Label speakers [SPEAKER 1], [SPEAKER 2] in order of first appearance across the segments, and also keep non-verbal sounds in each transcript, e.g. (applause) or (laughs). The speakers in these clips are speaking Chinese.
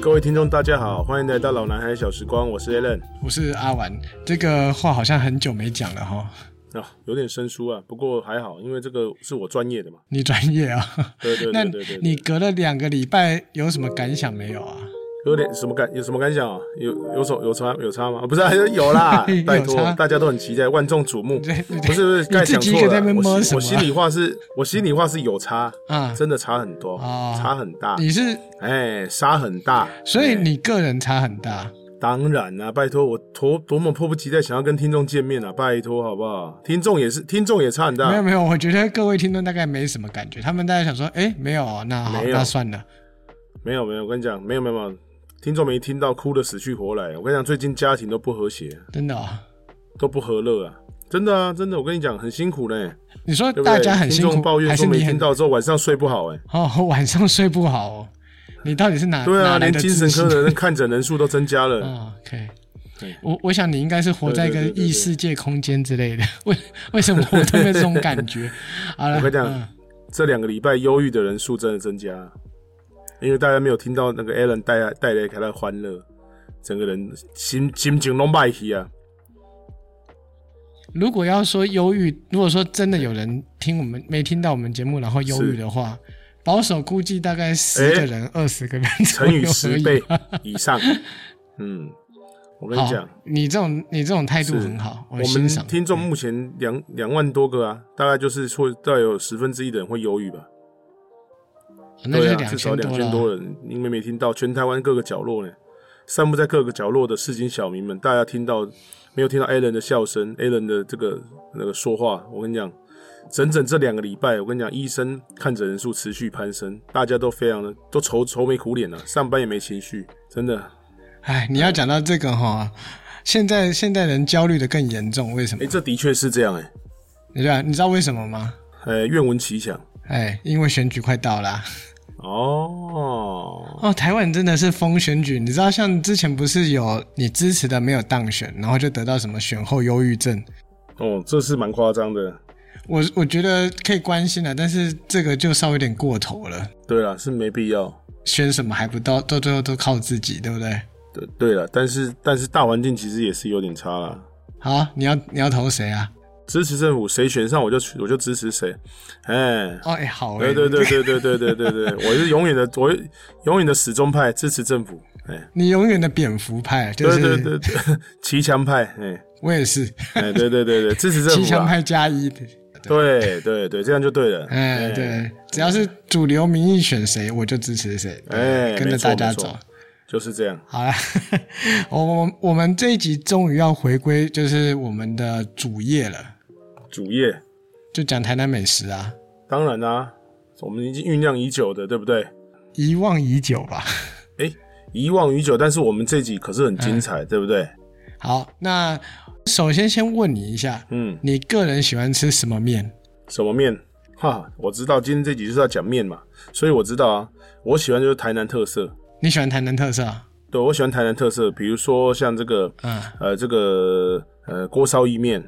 [SPEAKER 1] 各位听众，大家好，欢迎来到老男孩小时光，我是 Alan
[SPEAKER 2] 我是阿丸，这个话好像很久没讲了哈。
[SPEAKER 1] 啊，有点生疏啊，不过还好，因为这个是我专业的嘛。
[SPEAKER 2] 你专业啊？
[SPEAKER 1] 对对
[SPEAKER 2] 那
[SPEAKER 1] 对对对对
[SPEAKER 2] 你隔了两个礼拜有什么感想没有啊？
[SPEAKER 1] 有点什么感，有什么感想啊？有有什有差有差吗？啊不是、啊， (laughs) 有
[SPEAKER 2] (laughs)
[SPEAKER 1] 啦
[SPEAKER 2] 有，
[SPEAKER 1] 拜托
[SPEAKER 2] 差，
[SPEAKER 1] 大家都很期待，万众瞩目。
[SPEAKER 2] 对对对
[SPEAKER 1] 不是不是，
[SPEAKER 2] 你
[SPEAKER 1] 该
[SPEAKER 2] 自
[SPEAKER 1] 讲
[SPEAKER 2] 己
[SPEAKER 1] 错
[SPEAKER 2] 一个
[SPEAKER 1] 了
[SPEAKER 2] 在那边
[SPEAKER 1] 啊。
[SPEAKER 2] 摸
[SPEAKER 1] 我
[SPEAKER 2] 什
[SPEAKER 1] 心
[SPEAKER 2] 么
[SPEAKER 1] 我心里话是，我心里话是有差，
[SPEAKER 2] 啊，
[SPEAKER 1] 真的啊差很多，
[SPEAKER 2] 哦
[SPEAKER 1] 差很大，
[SPEAKER 2] 你是
[SPEAKER 1] 哎，差很大。
[SPEAKER 2] 所以你个人差很大。
[SPEAKER 1] 当然啦、拜托，我多多么迫不及待想要跟听众见面啊！拜托，好不好？听众也是，听众也差很
[SPEAKER 2] 没有
[SPEAKER 1] 大。
[SPEAKER 2] 没有，我觉得各位听众大概没什么感觉，他们大概想说，哎，没有哦，那好，
[SPEAKER 1] 没有
[SPEAKER 2] 那算了。
[SPEAKER 1] 没有没有，我跟你讲，没有没有没有，听众没听到，哭的死去活来。我跟你讲，最近家庭都不和谐，
[SPEAKER 2] 真的哦，
[SPEAKER 1] 都不和乐啊！真的啊，真的，我跟你讲，很辛苦嘞、
[SPEAKER 2] 你说
[SPEAKER 1] 对不对？
[SPEAKER 2] 大家很辛
[SPEAKER 1] 听
[SPEAKER 2] 苦
[SPEAKER 1] 众抱，
[SPEAKER 2] 还
[SPEAKER 1] 怨
[SPEAKER 2] 是
[SPEAKER 1] 说没
[SPEAKER 2] 你
[SPEAKER 1] 听
[SPEAKER 2] 很
[SPEAKER 1] 到之后晚上睡不好、哎，
[SPEAKER 2] 哦，晚上睡不好哦？你到底是哪
[SPEAKER 1] 对啊，
[SPEAKER 2] 哪来
[SPEAKER 1] 连
[SPEAKER 2] 的
[SPEAKER 1] 精
[SPEAKER 2] 自
[SPEAKER 1] 神科
[SPEAKER 2] 信
[SPEAKER 1] 的人看诊人数都增加了。
[SPEAKER 2] 啊，OK
[SPEAKER 1] 对。
[SPEAKER 2] 我我想你应该是活在一个
[SPEAKER 1] 对对对对对
[SPEAKER 2] 异世界空间之类的， (laughs) 为为什么我特别这种感
[SPEAKER 1] (laughs)
[SPEAKER 2] 觉？好了，
[SPEAKER 1] 我跟你讲
[SPEAKER 2] (laughs) 嗯
[SPEAKER 1] 这两个礼拜忧郁的人数真的增加，因为大家没有听到那个 Alan 带来带来给他的欢乐，整个人心心情都坏去啊。
[SPEAKER 2] 如果要说忧郁，如果说真的有人听我们没听到我们节目，然后忧郁的话，保守估计大概十个人、二十个人左
[SPEAKER 1] 乘以
[SPEAKER 2] 右而
[SPEAKER 1] 十
[SPEAKER 2] 已
[SPEAKER 1] 倍以上。嗯，我跟你
[SPEAKER 2] 好
[SPEAKER 1] 讲，，
[SPEAKER 2] 你这种你这种态度
[SPEAKER 1] 是
[SPEAKER 2] 很好，
[SPEAKER 1] 我
[SPEAKER 2] 欣
[SPEAKER 1] 们
[SPEAKER 2] 赏。
[SPEAKER 1] 听众目前两两万多个啊，大概就是说大概有十分之一的人会忧郁吧。
[SPEAKER 2] 哦那就
[SPEAKER 1] 对
[SPEAKER 2] 是
[SPEAKER 1] 啊，
[SPEAKER 2] 两
[SPEAKER 1] 至少
[SPEAKER 2] 千
[SPEAKER 1] 两
[SPEAKER 2] 多
[SPEAKER 1] 千
[SPEAKER 2] 了。
[SPEAKER 1] 多人，因为没听到全台湾各个角落呢，散布在各个角落的市井小民们，大家听到没有听到 a l n 的笑声 a l n 的这个那个说话，我跟你讲，整整这两个礼拜，我跟你讲，医生看诊人数持续攀升，大家都非常的都愁愁眉苦脸了、上班也没情绪，真的。
[SPEAKER 2] 哎，你要讲到这个哈，现在现在人焦虑的更严重，为什么
[SPEAKER 1] 哎、？这的确是这样哎、
[SPEAKER 2] 你知道你知道为什么吗？
[SPEAKER 1] 呃，愿闻其详。
[SPEAKER 2] 哎，因为选举快到了啊。
[SPEAKER 1] 哦，
[SPEAKER 2] 哦，台湾真的是疯选举，你知道，像之前不是有你支持的没有当选，然后就得到什么选后忧郁症。
[SPEAKER 1] 哦，这是蛮夸张的。
[SPEAKER 2] 我我觉得可以关心了，但是这个就稍微有点过头了。
[SPEAKER 1] 对啦，是没必要。
[SPEAKER 2] 选什么还不到，到最后都靠自己，对不对？
[SPEAKER 1] 对对了，但是但是大环境其实也是有点差啦。
[SPEAKER 2] 好，你要你要投谁啊？
[SPEAKER 1] 支持政府，谁选上我就我就支持谁。哎，
[SPEAKER 2] 哦，哎、好
[SPEAKER 1] 对
[SPEAKER 2] 哎、
[SPEAKER 1] 对对对对对对对对，我是永远的我永远的始终派，支持政府。哎，
[SPEAKER 2] 你永远的蝙蝠派，就
[SPEAKER 1] 对
[SPEAKER 2] 是
[SPEAKER 1] 对对对， (laughs) 骑墙派，哎
[SPEAKER 2] 我也是
[SPEAKER 1] 哎，对对对对，支持政
[SPEAKER 2] 七
[SPEAKER 1] 府
[SPEAKER 2] 强
[SPEAKER 1] 啦。
[SPEAKER 2] 派加一的。
[SPEAKER 1] 对对对，这样就对了。
[SPEAKER 2] 哎，对，只要是主流民意选谁，我就支持谁，
[SPEAKER 1] 哎
[SPEAKER 2] 跟着大家
[SPEAKER 1] 没错没
[SPEAKER 2] 走
[SPEAKER 1] 错。就是这样。
[SPEAKER 2] 好了， (laughs) 我我我们这一集终于要回归，就是我们的主业了，
[SPEAKER 1] 主业，
[SPEAKER 2] 就讲台南美食啊，
[SPEAKER 1] 当然啦、我们已经酝酿已久的，对不对？
[SPEAKER 2] 遗忘已久吧。
[SPEAKER 1] 哎，遗忘已久，但是我们这集可是很精
[SPEAKER 2] 哎
[SPEAKER 1] 彩，对不对？
[SPEAKER 2] 好，那首先先问你一下，
[SPEAKER 1] 嗯，
[SPEAKER 2] 你个人喜欢吃什么面？
[SPEAKER 1] 什么面？哈，我知道今天这集就是要讲面嘛，所以我知道啊，我喜欢就是台南特色，
[SPEAKER 2] 你喜欢台南特色啊？
[SPEAKER 1] 对我喜欢台南特色，比如说像这个
[SPEAKER 2] 嗯，
[SPEAKER 1] 呃这个呃锅烧意面，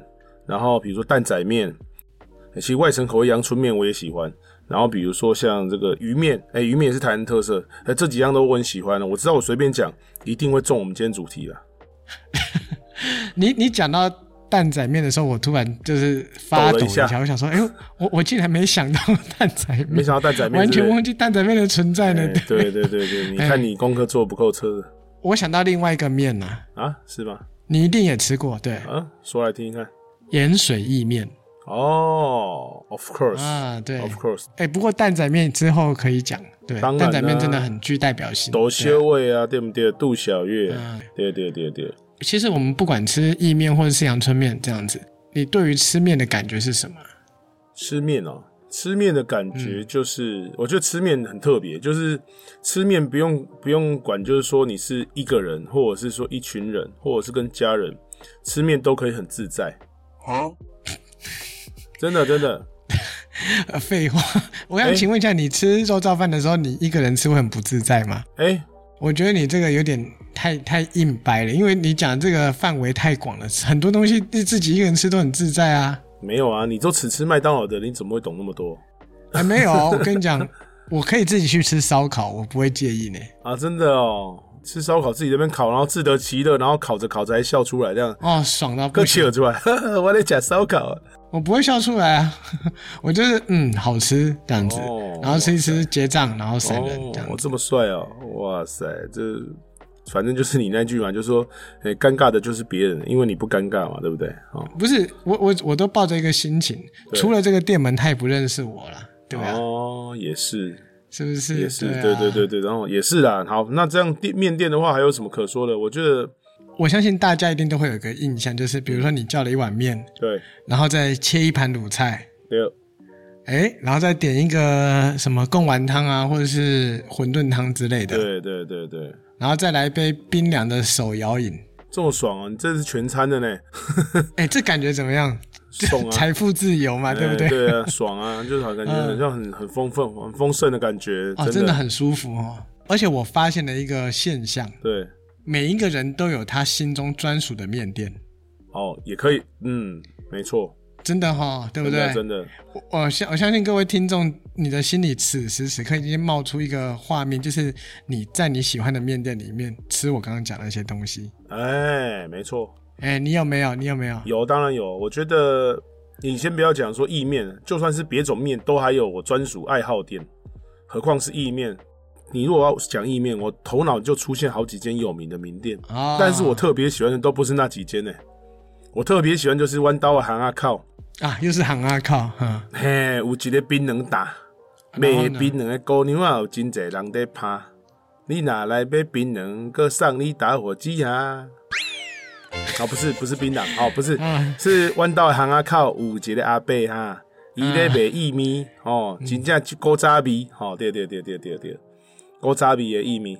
[SPEAKER 1] 然后比如说蛋仔面，其实外省口味阳春面我也喜欢。然后比如说像这个鱼面，哎，鱼面也是台南特色，哎，这几样都我很喜欢啊的。我知道我随便讲一定会中我们今天主题了。啊
[SPEAKER 2] 你你讲到蛋仔面的时候，我突然就是发抖
[SPEAKER 1] 抖了
[SPEAKER 2] 一
[SPEAKER 1] 一下
[SPEAKER 2] 下，我想说，哎呦，我我竟然没想到蛋仔面，
[SPEAKER 1] 没想到蛋仔面
[SPEAKER 2] 完全
[SPEAKER 1] 是
[SPEAKER 2] 忘记蛋仔面的存在呢
[SPEAKER 1] 哎。对对对对，你
[SPEAKER 2] (laughs) 哎
[SPEAKER 1] 看你功课做得不够彻的
[SPEAKER 2] 我想到另外一个面呢、
[SPEAKER 1] 啊，是吗？
[SPEAKER 2] 你一定也吃过，对，
[SPEAKER 1] 啊，说来听听看。
[SPEAKER 2] 盐水意面
[SPEAKER 1] 哦，of course，
[SPEAKER 2] 啊，对。
[SPEAKER 1] Of course，
[SPEAKER 2] 哎、不过蛋仔面之后可以讲，对，
[SPEAKER 1] 当然
[SPEAKER 2] 蛋仔面
[SPEAKER 1] 啦
[SPEAKER 2] 真的很具代表性。
[SPEAKER 1] 窦
[SPEAKER 2] 对啊
[SPEAKER 1] 修伟啊，对不对？杜小月
[SPEAKER 2] 嗯，
[SPEAKER 1] 对对对对。
[SPEAKER 2] 其实我们不管吃意面或者是阳春面这样子，你对于吃面的感觉是什么？
[SPEAKER 1] 吃面哦，吃面的感
[SPEAKER 2] 嗯
[SPEAKER 1] 觉就是，我觉得吃面很特别，就是吃面不用不用管，就是说你是一个人，或者是说一群人，或者是跟家人吃面都可以很自在。真的真的，
[SPEAKER 2] 呃，废话，我想
[SPEAKER 1] 哎
[SPEAKER 2] 请问一下，你吃肉燥饭的时候，你一个人吃会很不自在吗？
[SPEAKER 1] 哎、
[SPEAKER 2] 我觉得你这个有点太太硬掰了，因为你讲这个范围太广了，很多东西自己一个人吃都很自在啊。
[SPEAKER 1] 没有啊，你都只吃麦当劳的，你怎么会懂那么多？
[SPEAKER 2] 哎啊，没有哦，我跟你讲，我可以自己去吃烧烤，我不会介意呢。
[SPEAKER 1] 啊，真的哦，吃烧烤自己在那边烤，然后自得其乐，然后烤着烤着还笑出来，这样
[SPEAKER 2] 哦，爽到不
[SPEAKER 1] 更
[SPEAKER 2] 行，
[SPEAKER 1] 气了出来。呵呵我在讲烧烤啊，
[SPEAKER 2] 我不会笑出来啊， (laughs) 我就是嗯好吃这样子，
[SPEAKER 1] 哦
[SPEAKER 2] 然后吃一吃结账，然后闪人
[SPEAKER 1] 哦
[SPEAKER 2] 这，样
[SPEAKER 1] 我
[SPEAKER 2] 子。
[SPEAKER 1] 这么帅哦，哇塞，这反正就是你那句嘛，就说，哎、尴尬的就是别人，因为你不尴尬嘛，对不对？哦，
[SPEAKER 2] 不是我我我都抱着一个心情，
[SPEAKER 1] 对
[SPEAKER 2] 除了这个店门，他也不认识我了，对吧、
[SPEAKER 1] 哦，也是，
[SPEAKER 2] 是不是？
[SPEAKER 1] 也是，
[SPEAKER 2] 啊
[SPEAKER 1] 对对对对，然后也是啦。好，那这样店面店的话，还有什么可说的？我觉得，
[SPEAKER 2] 我相信大家一定都会有一个印象，就是比如说你叫了一碗面，
[SPEAKER 1] 对
[SPEAKER 2] 然后再切一盘卤菜，
[SPEAKER 1] 对，
[SPEAKER 2] 哎，然后再点一个什么贡丸汤啊，或者是馄饨汤之类的，
[SPEAKER 1] 对对对对，
[SPEAKER 2] 然后再来一杯冰凉的手摇饮，
[SPEAKER 1] 这么爽啊！你这是全餐的呢，
[SPEAKER 2] 哎，这感觉怎么样？
[SPEAKER 1] 爽啊！
[SPEAKER 2] 财富自由嘛，对不对？
[SPEAKER 1] 哎对啊，爽啊，就是好像感觉很像很很丰盛、很丰盛的感觉，
[SPEAKER 2] 哦，真
[SPEAKER 1] 真
[SPEAKER 2] 的很舒服哦。而且我发现了一个现象，
[SPEAKER 1] 对。
[SPEAKER 2] 每一个人都有他心中专属的面店，
[SPEAKER 1] 哦，也可以，嗯，没错，
[SPEAKER 2] 真的哈、哦，对不
[SPEAKER 1] 真的
[SPEAKER 2] 对？
[SPEAKER 1] 真的，
[SPEAKER 2] 我我相我相信各位听众，你的心里此时此刻已经冒出一个画面，就是你在你喜欢的面店里面吃我刚刚讲的那些东西。
[SPEAKER 1] 哎，没错，
[SPEAKER 2] 哎，你有没有？你有没有？
[SPEAKER 1] 有当然有。我觉得你先不要讲说意面，就算是别种面，都还有我专属爱好店，何况是意面。你如果要讲意面，我头脑就出现好几间有名的名店，
[SPEAKER 2] 啊、
[SPEAKER 1] 但是我特别喜欢的都不是那几间呢、我特别喜欢就是弯刀啊、行啊、靠，
[SPEAKER 2] 啊，又是行啊靠，哈，
[SPEAKER 1] 嘿，有一个槟榔打，卖
[SPEAKER 2] 啊然后呢
[SPEAKER 1] 槟榔的姑娘啊，有真侪人在拍。你哪来买槟榔，搁送你打火机啊？哦，不是，不是槟榔，哦，不
[SPEAKER 2] (laughs)
[SPEAKER 1] 是，
[SPEAKER 2] 嗯
[SPEAKER 1] 是弯道巷啊靠有一个阿伯哈，伊咧卖薏米，
[SPEAKER 2] 啊
[SPEAKER 1] 哦，
[SPEAKER 2] 嗯
[SPEAKER 1] 真正一古早味，哦，对对对对对对，古早味的薏米，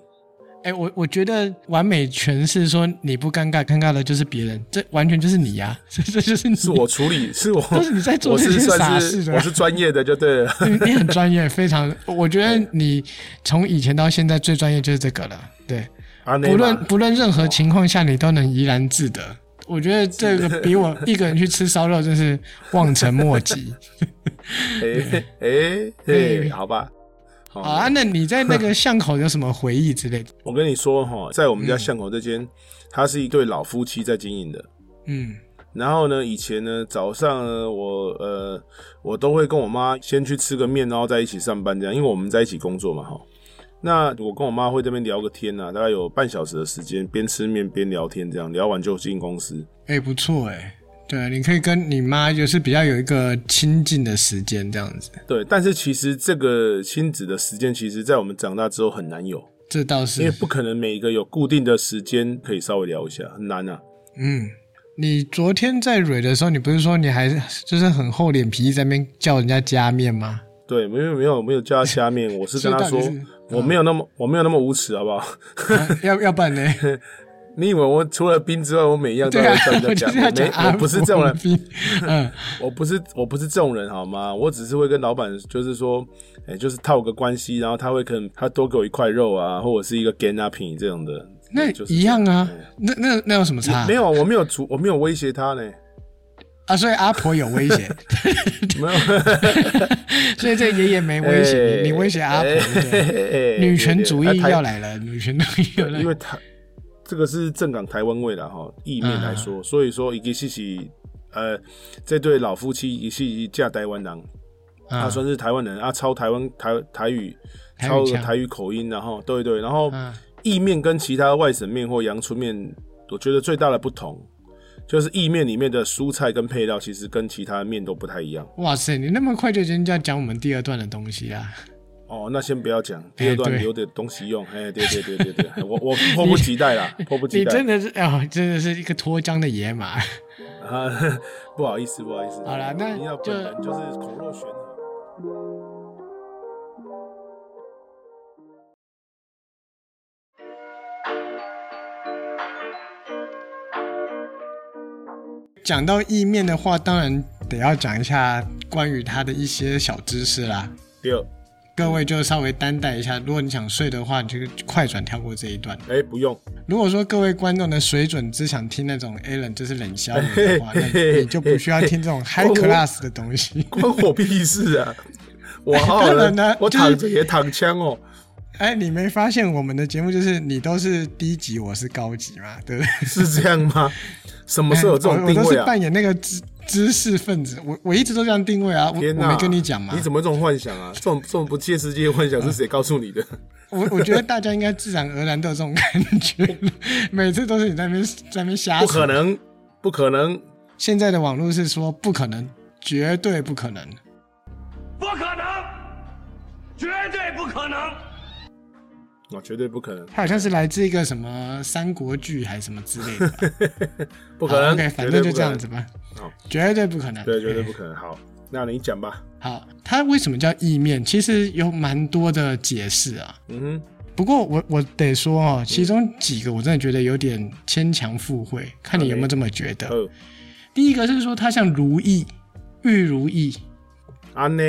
[SPEAKER 2] 哎、我我觉得完美诠释说你不尴尬，尴尬的就是别人，这完全就是你呀、这这就是你，
[SPEAKER 1] 是我处理，
[SPEAKER 2] (laughs)
[SPEAKER 1] 是我，
[SPEAKER 2] 都是你在
[SPEAKER 1] (laughs)
[SPEAKER 2] 做
[SPEAKER 1] 我
[SPEAKER 2] 这
[SPEAKER 1] 是
[SPEAKER 2] 些傻
[SPEAKER 1] 算
[SPEAKER 2] 事
[SPEAKER 1] 是
[SPEAKER 2] 的
[SPEAKER 1] 我是专业的就
[SPEAKER 2] (laughs)
[SPEAKER 1] 对了。
[SPEAKER 2] 你你很专业，非常，我觉得你从以前到现在最专业就是这个了，对，
[SPEAKER 1] 啊，那
[SPEAKER 2] 不
[SPEAKER 1] 嘛
[SPEAKER 2] 论不论任何情况下你都能怡然自得，我觉得这个比我一个人去吃烧肉真是望尘莫 (laughs) 及。
[SPEAKER 1] 哎哎
[SPEAKER 2] (laughs) 对
[SPEAKER 1] 哎，好吧，好
[SPEAKER 2] 好啊，那你在那个巷口有什么回忆之类的？
[SPEAKER 1] 我跟你说哈，在我们家巷口这间，它是一对老夫妻在经营的。
[SPEAKER 2] 嗯
[SPEAKER 1] 然后呢，以前呢，早上呢，我呃，我都会跟我妈先去吃个面，然后在一起上班这样，因为我们在一起工作嘛哈。那我跟我妈会这边聊个天呐、啊，大概有半小时的时间，边吃面边聊天，这样聊完就进公司。
[SPEAKER 2] 哎、不错哎、对，你可以跟你妈就是比较有一个亲近的时间这样子，
[SPEAKER 1] 对，但是其实这个亲子的时间，其实在我们长大之后很难有，
[SPEAKER 2] 这倒
[SPEAKER 1] 因为
[SPEAKER 2] 是。
[SPEAKER 1] 不可能每一个有固定的时间可以稍微聊一下，很难啊。
[SPEAKER 2] 嗯，你昨天在蕊的时候，你不是说你还就是很厚脸皮在那边叫人家加面吗？
[SPEAKER 1] 对，没有没有没有
[SPEAKER 2] (laughs)
[SPEAKER 1] 叫他下面，我是跟他说
[SPEAKER 2] 所以到底是，
[SPEAKER 1] 我没有那么我没有那么无耻，好不 (laughs) 好？
[SPEAKER 2] 啊要要不然呢？
[SPEAKER 1] 你以为我除了冰之外，我每一样都
[SPEAKER 2] 对
[SPEAKER 1] 要
[SPEAKER 2] 啊
[SPEAKER 1] 叫，
[SPEAKER 2] 我
[SPEAKER 1] 人
[SPEAKER 2] 就
[SPEAKER 1] 家
[SPEAKER 2] 是要
[SPEAKER 1] 讲
[SPEAKER 2] 讲
[SPEAKER 1] 我没，
[SPEAKER 2] 阿
[SPEAKER 1] 我不是这种人，
[SPEAKER 2] 伯宾嗯，
[SPEAKER 1] 我不是我不是这种人，好吗？我只是会跟老板就是说，哎、就是套个关系，然后他会可能他多给我一块肉啊，或者是一个 g a n a p i 这种的，
[SPEAKER 2] 那
[SPEAKER 1] 就是哎
[SPEAKER 2] 一样啊。那那那有什么差？
[SPEAKER 1] 没有，我没有主，我没有威胁他呢，
[SPEAKER 2] 啊，所以阿婆有威胁，
[SPEAKER 1] 没有
[SPEAKER 2] 所以这爷爷没威胁
[SPEAKER 1] 哎
[SPEAKER 2] 你，你威胁阿婆。
[SPEAKER 1] 哎
[SPEAKER 2] 对不对
[SPEAKER 1] 哎
[SPEAKER 2] 女权主义
[SPEAKER 1] 哎台
[SPEAKER 2] 要来了，女权主义要来
[SPEAKER 1] 因
[SPEAKER 2] 了。
[SPEAKER 1] 为台这个是正港台湾味啦，哈，意面来说，
[SPEAKER 2] 嗯
[SPEAKER 1] 所以说一个是是呃，这对老夫妻一是嫁台湾人，他
[SPEAKER 2] 啊
[SPEAKER 1] 算是台湾人，啊，抄台湾台台语，
[SPEAKER 2] 台语
[SPEAKER 1] 抄
[SPEAKER 2] 腔
[SPEAKER 1] 台语口音，然后对对，然后
[SPEAKER 2] 嗯
[SPEAKER 1] 意面跟其他外省面或阳春面，我觉得最大的不同就是意面里面的蔬菜跟配料，其实跟其他面都不太一样。
[SPEAKER 2] 哇塞，你那么快就已经要讲我们第二段的东西啦？
[SPEAKER 1] 哦，那先不要讲，第二段
[SPEAKER 2] 哎对
[SPEAKER 1] 留点东西用。哎，对对对对对，我我迫不及待啦，迫不及
[SPEAKER 2] 你
[SPEAKER 1] 待。
[SPEAKER 2] 真的是啊，真的是一个脱缰的野马。
[SPEAKER 1] 啊， (laughs) 不好意思，不好意思。
[SPEAKER 2] 好啦那
[SPEAKER 1] 你要
[SPEAKER 2] 就
[SPEAKER 1] 本人就是口若啊悬河。
[SPEAKER 2] 讲到意面的话，当然得要讲一下关于它的一些小知识啦。
[SPEAKER 1] 第二，
[SPEAKER 2] 各位就稍微担待一下，如果你想睡的话，你就快转跳过这一段。
[SPEAKER 1] 哎、不用，
[SPEAKER 2] 如果说各位观众的水准只想听那种 Alan 就是冷笑话的话，那
[SPEAKER 1] 嘿嘿嘿
[SPEAKER 2] 你就不需要听这种 high
[SPEAKER 1] 我 (laughs)
[SPEAKER 2] class 的东西。
[SPEAKER 1] 关我屁事啊！我好好
[SPEAKER 2] 当然
[SPEAKER 1] 的
[SPEAKER 2] 啦，
[SPEAKER 1] 我
[SPEAKER 2] 就是
[SPEAKER 1] 躺着也躺枪哦。
[SPEAKER 2] 哎，你没发现我们的节目就是你都是低级，我是高级嘛，对不对？
[SPEAKER 1] 是这样吗？
[SPEAKER 2] 哎
[SPEAKER 1] 什么时候有这种定
[SPEAKER 2] (laughs) 我我都
[SPEAKER 1] 位
[SPEAKER 2] 是
[SPEAKER 1] 啊？
[SPEAKER 2] 扮演那个知知识分子，我我一直都这样定位啊，我
[SPEAKER 1] 天
[SPEAKER 2] 我没跟你讲嘛啊
[SPEAKER 1] 你，怎么有这种幻想啊？这种这种不切实际的幻想是谁告诉你的？
[SPEAKER 2] 我我觉得大家应该自然而然都有这种感觉
[SPEAKER 1] (laughs)
[SPEAKER 2] 了，每次都是你在那边在那边瞎
[SPEAKER 1] 不可
[SPEAKER 2] 扯。
[SPEAKER 1] 能，不可能！
[SPEAKER 2] 现在的网络是说不可能，绝对不可能。
[SPEAKER 3] 不可能，绝对不可能。
[SPEAKER 1] 啊，绝对不可能，
[SPEAKER 2] 它好像是来自一个什么三国剧还是什么
[SPEAKER 1] (laughs)
[SPEAKER 2] 之类的吧，
[SPEAKER 1] 不可能！
[SPEAKER 2] 好，OK，
[SPEAKER 1] 绝
[SPEAKER 2] 反
[SPEAKER 1] 对
[SPEAKER 2] 正
[SPEAKER 1] 不
[SPEAKER 2] 就
[SPEAKER 1] 可
[SPEAKER 2] 这样
[SPEAKER 1] 能
[SPEAKER 2] 子。吧
[SPEAKER 1] 好。
[SPEAKER 2] 绝对不可能，
[SPEAKER 1] 对，绝对不可能。好，那你讲吧。
[SPEAKER 2] 好，它为什么叫意面？其实有蛮多的解释啊。
[SPEAKER 1] 嗯
[SPEAKER 2] 不过我我得说哦，其中几个我真的觉得有点牵强附会，看你有没有这么觉
[SPEAKER 1] 哼，
[SPEAKER 2] 得。
[SPEAKER 1] 呃，
[SPEAKER 2] 第一个是说它像如意，玉如意，
[SPEAKER 1] 安呢？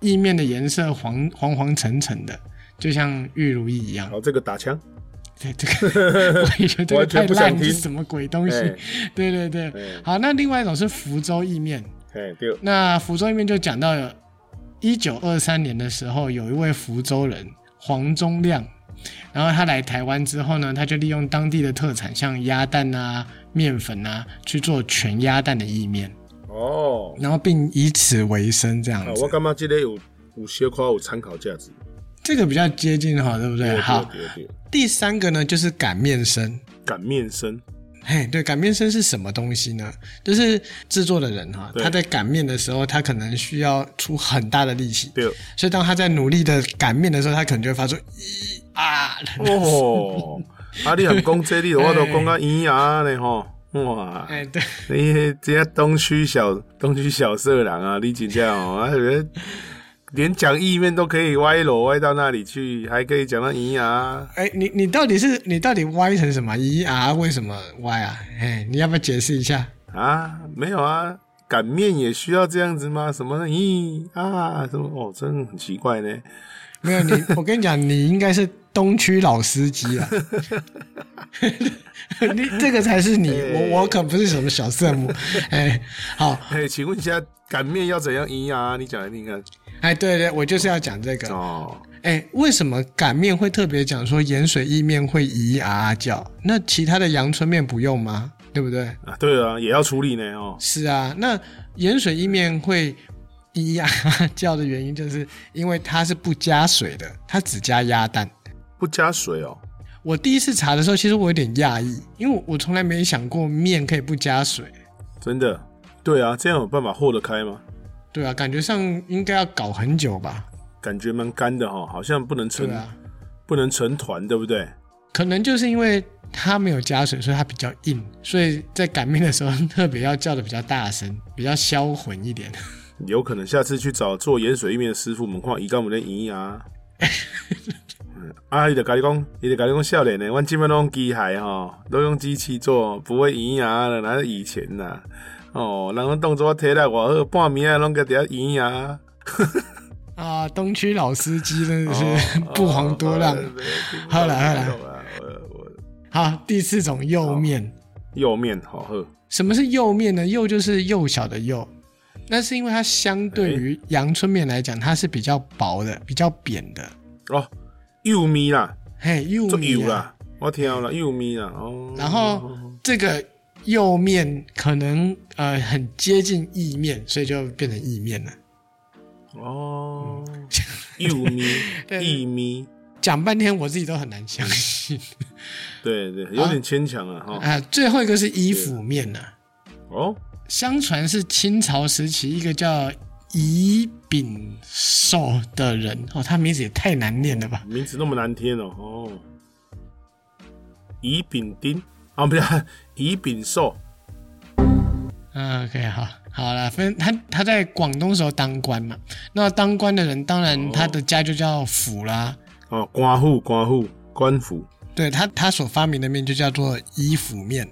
[SPEAKER 2] 意面的颜色黄黄黄橙橙的，就像玉如意一样。
[SPEAKER 1] 好，这个打枪。
[SPEAKER 2] 对这个，我也觉得这个
[SPEAKER 1] 完全
[SPEAKER 2] 太
[SPEAKER 1] 不想
[SPEAKER 2] 烂，
[SPEAKER 1] 听
[SPEAKER 2] 这是什么鬼东西？
[SPEAKER 1] 哎
[SPEAKER 2] 对对对。
[SPEAKER 1] 哎
[SPEAKER 2] 好，那另外一种是福州意面，
[SPEAKER 1] 哎，对，
[SPEAKER 2] 那福州意面就讲到了一九二三年的时候，有一位福州人黄忠亮，然后他来台湾之后呢，他就利用当地的特产，像鸭蛋啊、面粉啊，去做全鸭蛋的意面，
[SPEAKER 1] 哦，
[SPEAKER 2] 然后并以此为生这样
[SPEAKER 1] 啊，
[SPEAKER 2] 子。
[SPEAKER 1] 我感觉这个有有些夸有参考价值。
[SPEAKER 2] 这个比较接近哈，对不对？
[SPEAKER 1] 对
[SPEAKER 2] 哎好，
[SPEAKER 1] 对对，对
[SPEAKER 2] 第三个呢就是擀面生。
[SPEAKER 1] 擀面生，
[SPEAKER 2] 嘿，对，擀面生是什么东西呢？就是制作的人哈，
[SPEAKER 1] 对
[SPEAKER 2] 他在擀面的时候，他可能需要出很大的力气， (laughs)
[SPEAKER 1] 对，
[SPEAKER 2] 所以当他在努力的擀面的时候，他可能就会发出咦啊，
[SPEAKER 1] 哦，啊，你很讲这你我都讲到咿呀呢吼，哇，
[SPEAKER 2] (laughs) 哎，对，
[SPEAKER 1] 你这些东区小东区小色狼啊，你真正
[SPEAKER 2] (laughs)
[SPEAKER 1] 哦，啊，连讲意面都可以歪楼歪到那里去，还可以讲到啊咿呀，
[SPEAKER 2] 哎，你你到底是你到底歪成什么？咦啊，为什么歪啊？哎，你要不要解释一下？
[SPEAKER 1] 啊，没有啊。擀面也需要这样子吗？什么咦啊什么哦，真的很奇怪呢。(laughs)
[SPEAKER 2] 没有你，我跟你讲，你应该是东区老司机了。 (laughs) 你这个才是你，我我可不是什么小色母，哎，好，
[SPEAKER 1] 哎、请问一下，擀面要怎样咿呀？你讲来听看。
[SPEAKER 2] 哎，对对，我就是要讲这个，
[SPEAKER 1] 哦，
[SPEAKER 2] 哎，为什么擀面会特别讲说盐水意面会咿啊啊叫？那其他的阳春面不用吗？对不对？
[SPEAKER 1] 啊，对啊，也要处理呢哦。
[SPEAKER 2] 是啊，那盐水意面会咿啊啊叫的原因，就是因为它是不加水的，它只加鸭蛋。
[SPEAKER 1] 不加水哦。
[SPEAKER 2] 我第一次查的时候，其实我有点讶异，因为我我从来没想过面可以不加水。
[SPEAKER 1] 真的？对啊，这样有办法和得开吗？
[SPEAKER 2] 对啊，感觉上应该要搞很久吧？
[SPEAKER 1] 感觉蛮干的哈，好像不能成、
[SPEAKER 2] 对啊，
[SPEAKER 1] 不能成团，对不对？
[SPEAKER 2] 可能就是因为它没有加水，所以它比较硬，所以在擀面的时候特别要叫的比较大声，比较销魂一点。
[SPEAKER 1] 有可能下次去找做盐水意面的师傅们看，伊敢有咧圆啊。 (laughs) 嗯啊，伊就甲你讲，伊就甲你讲，少年呢，阮即摆拢用机械吼，都用机器做，不会圆啊了，哪是以前呐、哦，人拢当作我体力偌好，半暝啊拢个伫遐圆啊，
[SPEAKER 2] 啊，东区老司机真的是、 (laughs)
[SPEAKER 1] 哦
[SPEAKER 2] 不遑多让。 (laughs) 好啦好啦
[SPEAKER 1] 啦，我我
[SPEAKER 2] 好，第四种釉面，
[SPEAKER 1] 呃右面好喝，
[SPEAKER 2] 什么是釉面呢？釉就是幼小的釉，那是因为它相对于阳春面来讲，它是比较薄的，比较扁的。
[SPEAKER 1] 哦，幼面
[SPEAKER 2] 啊
[SPEAKER 1] 啦，
[SPEAKER 2] 嘿，釉
[SPEAKER 1] 做
[SPEAKER 2] 面
[SPEAKER 1] 油
[SPEAKER 2] 啊、
[SPEAKER 1] 啦，我听到啦，幼面啦，哦，
[SPEAKER 2] 然后这个釉面可能呃很接近意面，所以就变成意面了。
[SPEAKER 1] 哦，幼面
[SPEAKER 2] 嗯 (laughs) 对
[SPEAKER 1] 意面，
[SPEAKER 2] 讲半天我自己都很难相信
[SPEAKER 1] 对对，有点牵强啊，哈，
[SPEAKER 2] 啊！最后一个是衣服面呢、啊，
[SPEAKER 1] 哦，
[SPEAKER 2] 相传是清朝时期一个叫乙丙寿的人哦，他名字也太难念了吧？
[SPEAKER 1] 名字那么难听哦，哦，乙丙丁啊，不是 (laughs) 乙丙寿，
[SPEAKER 2] 嗯，OK，好，好了，分他他在广东时候当官嘛，那当官的人当然他的家就叫府啦，
[SPEAKER 1] 哦，官户官户官府，
[SPEAKER 2] 对他他所发明的面就叫做衣服面，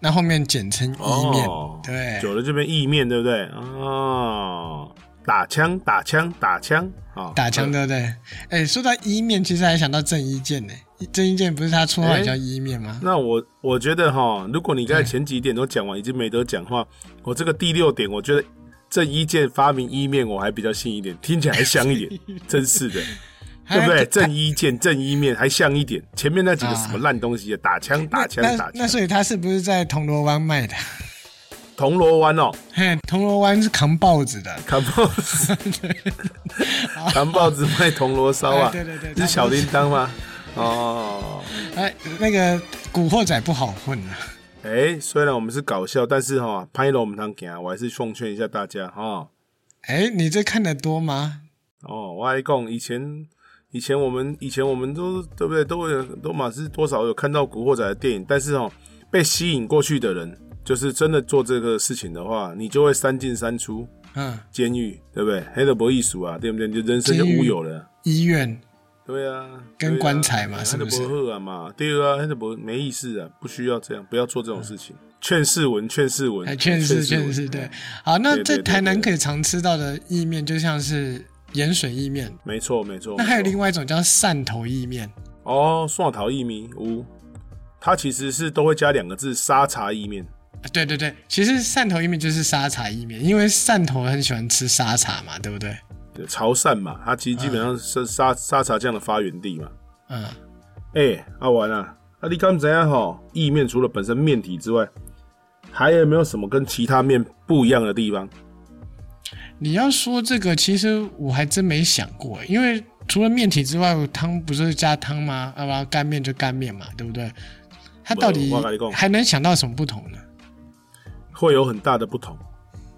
[SPEAKER 2] 那后面简称衣面，
[SPEAKER 1] 哦，
[SPEAKER 2] 对，
[SPEAKER 1] 久了这边意面对不对？哦，打枪打枪打枪啊，
[SPEAKER 2] 打枪对不对？哎、说到一面，其实还想到郑伊健呢。郑伊健不是他绰号也叫一面吗？
[SPEAKER 1] 那我我觉得哈，如果你刚才前几点都讲完，已经没得讲话，我这个第六点，我觉得郑伊健发明伊面，我还比较信一点，听起来还像一
[SPEAKER 2] (laughs)
[SPEAKER 1] 点，真是的，对不对？
[SPEAKER 2] 哎
[SPEAKER 1] 郑伊健、郑伊面还像一点，前面那几个什么烂东西啊，打枪、打枪、
[SPEAKER 2] 那
[SPEAKER 1] 打
[SPEAKER 2] 那
[SPEAKER 1] 枪。
[SPEAKER 2] 所以他是不是在铜锣湾卖的？
[SPEAKER 1] 铜锣湾哦，
[SPEAKER 2] 嘿，铜锣湾是扛报纸的，
[SPEAKER 1] 扛报
[SPEAKER 2] (laughs)
[SPEAKER 1] 纸，扛报纸卖铜锣烧啊，
[SPEAKER 2] 哎对对对
[SPEAKER 1] 是小叮当
[SPEAKER 2] (laughs)
[SPEAKER 1] 吗？哦，
[SPEAKER 2] 哎，那个古惑仔不好混啊。
[SPEAKER 1] 哎，虽然我们是搞笑，但是哈、拍了我们堂行，啊我还是奉劝一下大家哈。
[SPEAKER 2] 哎，你这看得多吗？
[SPEAKER 1] 哦，我还讲以前，以前我们以前我们都对不对？都有都嘛是多少有看到《古惑仔》的电影，但是哦，被吸引过去的人，就是真的做这个事情的话，你就会三进三出
[SPEAKER 2] 嗯，
[SPEAKER 1] 监狱，对不对？黑的博艺术啊，对不对？你就人生就
[SPEAKER 2] 监狱
[SPEAKER 1] 乌有了。啊
[SPEAKER 2] 医院
[SPEAKER 1] 对啊，
[SPEAKER 2] 跟
[SPEAKER 1] 对啊
[SPEAKER 2] 棺材嘛
[SPEAKER 1] 哎
[SPEAKER 2] 是不是
[SPEAKER 1] 黑的博赫啊嘛，对啊，黑的博没意思啊，不需要这样，不要做这种事情。劝世文，劝世文，
[SPEAKER 2] 嗯哎，确实
[SPEAKER 1] 劝
[SPEAKER 2] 确
[SPEAKER 1] 文
[SPEAKER 2] 实对。好，那
[SPEAKER 1] 嗯对对
[SPEAKER 2] 在
[SPEAKER 1] 对
[SPEAKER 2] 台南
[SPEAKER 1] 对
[SPEAKER 2] 可以常吃到的意面，就像是盐水意面，
[SPEAKER 1] 没错没错。
[SPEAKER 2] 那还有
[SPEAKER 1] 没错
[SPEAKER 2] 另外一种叫汕头意面。
[SPEAKER 1] 哦，蒜头薏米五，它其实是都会加两个字沙茶意面。
[SPEAKER 2] 啊对对对，其实汕头意面就是沙茶意面，因为汕头很喜欢吃沙茶嘛，对不对？
[SPEAKER 1] 对潮汕嘛，它其实基本上是
[SPEAKER 2] 啊
[SPEAKER 1] 沙沙茶酱的发源地嘛。
[SPEAKER 2] 嗯，
[SPEAKER 1] 哎、阿玩啊，啊你刚怎样吼？意面除了本身面体之外，还有没有什么跟其他面不一样的地方？
[SPEAKER 2] 你要说这个，其实我还真没想过，因为除了面体之外，汤不是加汤吗？啊，然后干面就干面嘛，对不对？它到底
[SPEAKER 1] 我我跟你讲
[SPEAKER 2] 还能想到什么不同呢？
[SPEAKER 1] 会有很大的不同。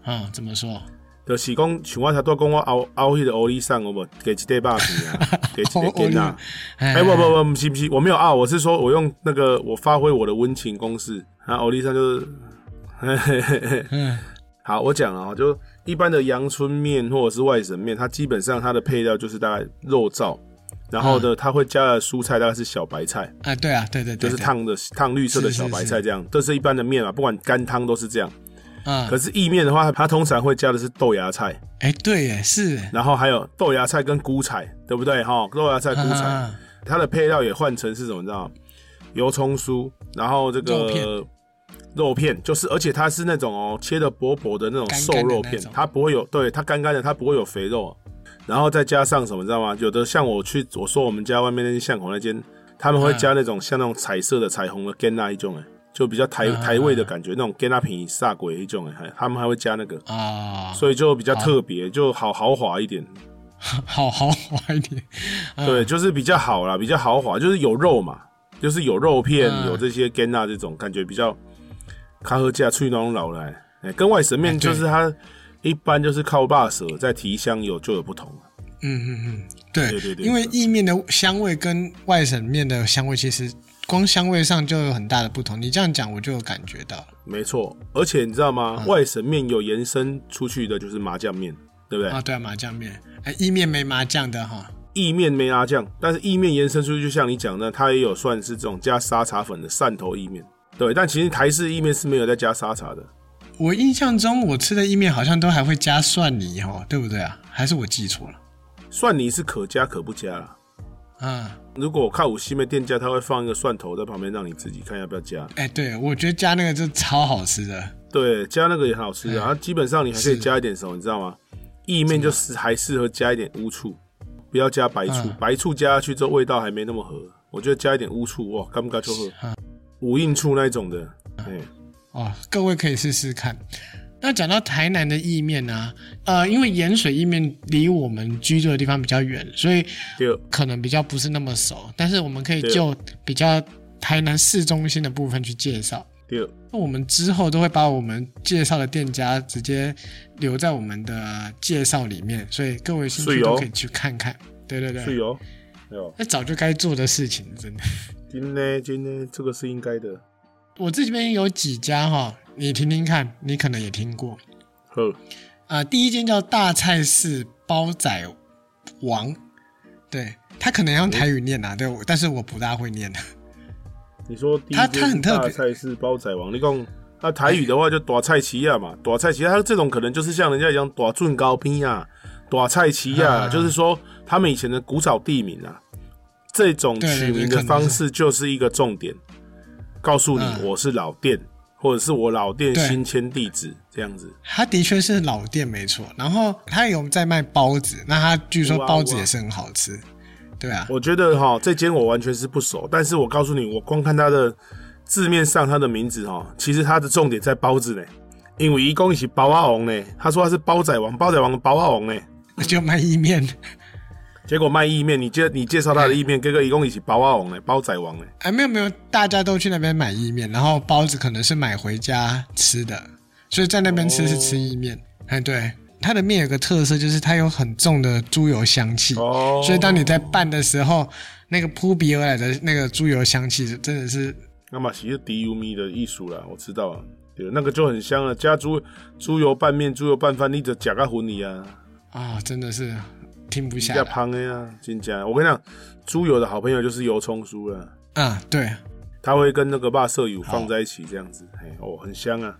[SPEAKER 2] 啊、怎么说？
[SPEAKER 1] 就是讲，像我头拄讲，我熬熬迄个欧力上，我无给一块肉片
[SPEAKER 2] (laughs)
[SPEAKER 1] 啊，给一个
[SPEAKER 2] 欧力
[SPEAKER 1] 根啊。
[SPEAKER 2] 哎
[SPEAKER 1] 哎、不
[SPEAKER 2] (laughs)
[SPEAKER 1] 不不，不是不是，我没有啊，我是说我用那个我发挥我的温情攻势，然后欧丽莎就是，嘿嘿嘿嘿
[SPEAKER 2] 嗯
[SPEAKER 1] (laughs) 好，我讲啊，就一般的阳春面或者是外省面，它基本上它的配料就是大概肉燥，然后
[SPEAKER 2] 嗯
[SPEAKER 1] 呢，它会加的蔬菜大概是小白菜，
[SPEAKER 2] 啊，对啊，对对
[SPEAKER 1] 就
[SPEAKER 2] 对，
[SPEAKER 1] 是
[SPEAKER 2] 对
[SPEAKER 1] 烫的烫绿色的
[SPEAKER 2] 是是
[SPEAKER 1] 小白
[SPEAKER 2] 是
[SPEAKER 1] 菜这样，这是一般的面啊，不管干汤都是这样。
[SPEAKER 2] 啊
[SPEAKER 1] 可，是意面的话，它通常会加的是豆芽菜，
[SPEAKER 2] 哎，对耶，是耶
[SPEAKER 1] 然后还有豆芽菜跟菇菜，对不对？哈，豆芽菜、菇菜。
[SPEAKER 2] 啊
[SPEAKER 1] 它的配料也换成是什么？你知道吗？油葱酥，然后这
[SPEAKER 2] 肉
[SPEAKER 1] 个
[SPEAKER 2] 片
[SPEAKER 1] 肉片就是，而且它是那种哦，切的薄薄的那种
[SPEAKER 2] 干
[SPEAKER 1] 瘦
[SPEAKER 2] 干的
[SPEAKER 1] 肉
[SPEAKER 2] 那
[SPEAKER 1] 片，
[SPEAKER 2] 种
[SPEAKER 1] 它不会有对它干干的，它不会有肥肉。啊然后再加上什么，你知道吗？有的像我去我说我们家外面那间巷口那间，他们会
[SPEAKER 2] 啊
[SPEAKER 1] 加那种像那种彩色的彩虹的 g 那一种哎，就比较台
[SPEAKER 2] 嗯
[SPEAKER 1] 台味的感觉，那种 g 那品煞鬼一种哎，还他们还会加那个，
[SPEAKER 2] 啊，
[SPEAKER 1] 所以就比较特别，就好豪华一点。
[SPEAKER 2] 好豪华一点，啊
[SPEAKER 1] 对，就是比较好啦，比较豪华，就是有肉嘛，就是有肉片，
[SPEAKER 2] 嗯
[SPEAKER 1] 有这些 g a n a 这种感觉比较卡和架脆那种老来，哎、跟外省面
[SPEAKER 2] 对
[SPEAKER 1] 就是它一般就是靠把舌在提香有就有不同。
[SPEAKER 2] 嗯嗯嗯，对
[SPEAKER 1] 对对对
[SPEAKER 2] 因为意面的香味跟外省面的香味其实光香味上就有很大的不同。你这样讲，我就有感觉到了
[SPEAKER 1] 没错，而且你知道
[SPEAKER 2] 嗯
[SPEAKER 1] 吗？外省面有延伸出去的就是麻酱面，对不对？
[SPEAKER 2] 啊。对啊，麻酱面，哎，意面没麻酱的哈，
[SPEAKER 1] 意面没麻酱，但是意面延伸出去，就像你讲的，它也有算是这种加沙茶粉的汕头意面。对，但其实台式意面是没有在加沙茶的。
[SPEAKER 2] 我印象中我吃的意面好像都还会加蒜泥哈，对不对啊？还是我记错了？
[SPEAKER 1] 蒜泥是可加可不加啦，
[SPEAKER 2] 啊，
[SPEAKER 1] 如果我看五星妹店家，他会放一个蒜头在旁边，让你自己看要不要加。
[SPEAKER 2] 哎，对，我觉得加那个就超好吃的。
[SPEAKER 1] 对，加那个也很好吃啊。
[SPEAKER 2] 哎
[SPEAKER 1] 它基本上你还可以
[SPEAKER 2] 是
[SPEAKER 1] 加一点什么，你知道吗？意面就是还适合加一点乌醋，不要加白醋
[SPEAKER 2] 嗯。
[SPEAKER 1] 白醋加下去之后味道还没那么合，我觉得加一点乌醋，哇，干不干就喝。
[SPEAKER 2] 嗯
[SPEAKER 1] 五印醋那一种的，哎，
[SPEAKER 2] 哦，各位可以试试看。那讲到台南的意面呢、啊，呃，因为盐水意面离我们居住的地方比较远，所以
[SPEAKER 1] 对，
[SPEAKER 2] 可能比较不是那么熟，但是我们可以
[SPEAKER 1] 对
[SPEAKER 2] 就比较台南市中心的部分去介绍。
[SPEAKER 1] 对，
[SPEAKER 2] 那我们之后都会把我们介绍的店家直接留在我们的介绍里面，所以各位有兴趣
[SPEAKER 1] 是哦
[SPEAKER 2] 都可以去看看。对对
[SPEAKER 1] 是
[SPEAKER 2] 对，
[SPEAKER 1] 有，有，
[SPEAKER 2] 那早就该做的事情，真的。
[SPEAKER 1] 哎今天今天这个是应该的。
[SPEAKER 2] 我这边有几家哈、你听听看，你可能也听过。
[SPEAKER 1] 好，
[SPEAKER 2] 啊，第一间叫大菜市煲仔王，对他可能要用台语念啊，对，我但是我不大会念。
[SPEAKER 1] 你说第一
[SPEAKER 2] 它
[SPEAKER 1] 间
[SPEAKER 2] 它很特
[SPEAKER 1] 大
[SPEAKER 2] 别哎
[SPEAKER 1] 菜是煲仔王，你讲那台语的话就大菜奇亚嘛，大菜奇亚，它这种可能就是像人家一样大俊高兵啊，大菜奇亚，
[SPEAKER 2] 啊
[SPEAKER 1] 就是说他们以前的古早地名啊，这种
[SPEAKER 2] 对对
[SPEAKER 1] 取
[SPEAKER 2] 对
[SPEAKER 1] 名的
[SPEAKER 2] 可能
[SPEAKER 1] 方
[SPEAKER 2] 是
[SPEAKER 1] 式就是一个重点，告诉你
[SPEAKER 2] 嗯
[SPEAKER 1] 我是老店，或者是我老店
[SPEAKER 2] 对
[SPEAKER 1] 新迁地址这样子。
[SPEAKER 2] 它的确是老店没错，然后它有在卖包子，那它据说
[SPEAKER 1] 哇
[SPEAKER 2] 包子
[SPEAKER 1] 哇
[SPEAKER 2] 也是很好吃，对啊，
[SPEAKER 1] 我觉得哈，这间我完全是不熟，但是我告诉你，我光看它的字面上它的名字哈，其实它的重点在包子呢，因为一共一起包阿红呢，他说他是包仔王，包仔王的包阿红呢，
[SPEAKER 2] (laughs) 就卖意面。
[SPEAKER 1] 结果卖意面，你介你介绍他的意面，哥哥一共一起包阿红呢，包仔王呢，
[SPEAKER 2] 哎，没有没有，大家都去那边买意面，然后包子可能是买回家吃的，所以在那边吃是吃意面。
[SPEAKER 1] 哦
[SPEAKER 2] 哎，对，它的面有个特色就是它有很重的猪油香气，
[SPEAKER 1] 哦
[SPEAKER 2] 所以当你在拌的时候，那个扑鼻而来的那个猪油香气真的是
[SPEAKER 1] 那么其实迪油咪的艺术啦，我知道啊，对，那个就很香了，啊加猪猪油拌面、猪油拌饭，你就夹个混你啊，
[SPEAKER 2] 啊、真的是停不
[SPEAKER 1] 比
[SPEAKER 2] 下
[SPEAKER 1] 较
[SPEAKER 2] 来。
[SPEAKER 1] 胖的呀、啊，真假？我跟你讲，猪油的好朋友就是油葱酥了。
[SPEAKER 2] 啊，对。
[SPEAKER 1] 它会跟那个辣色油放在一起这样子，哎哦，很香啊！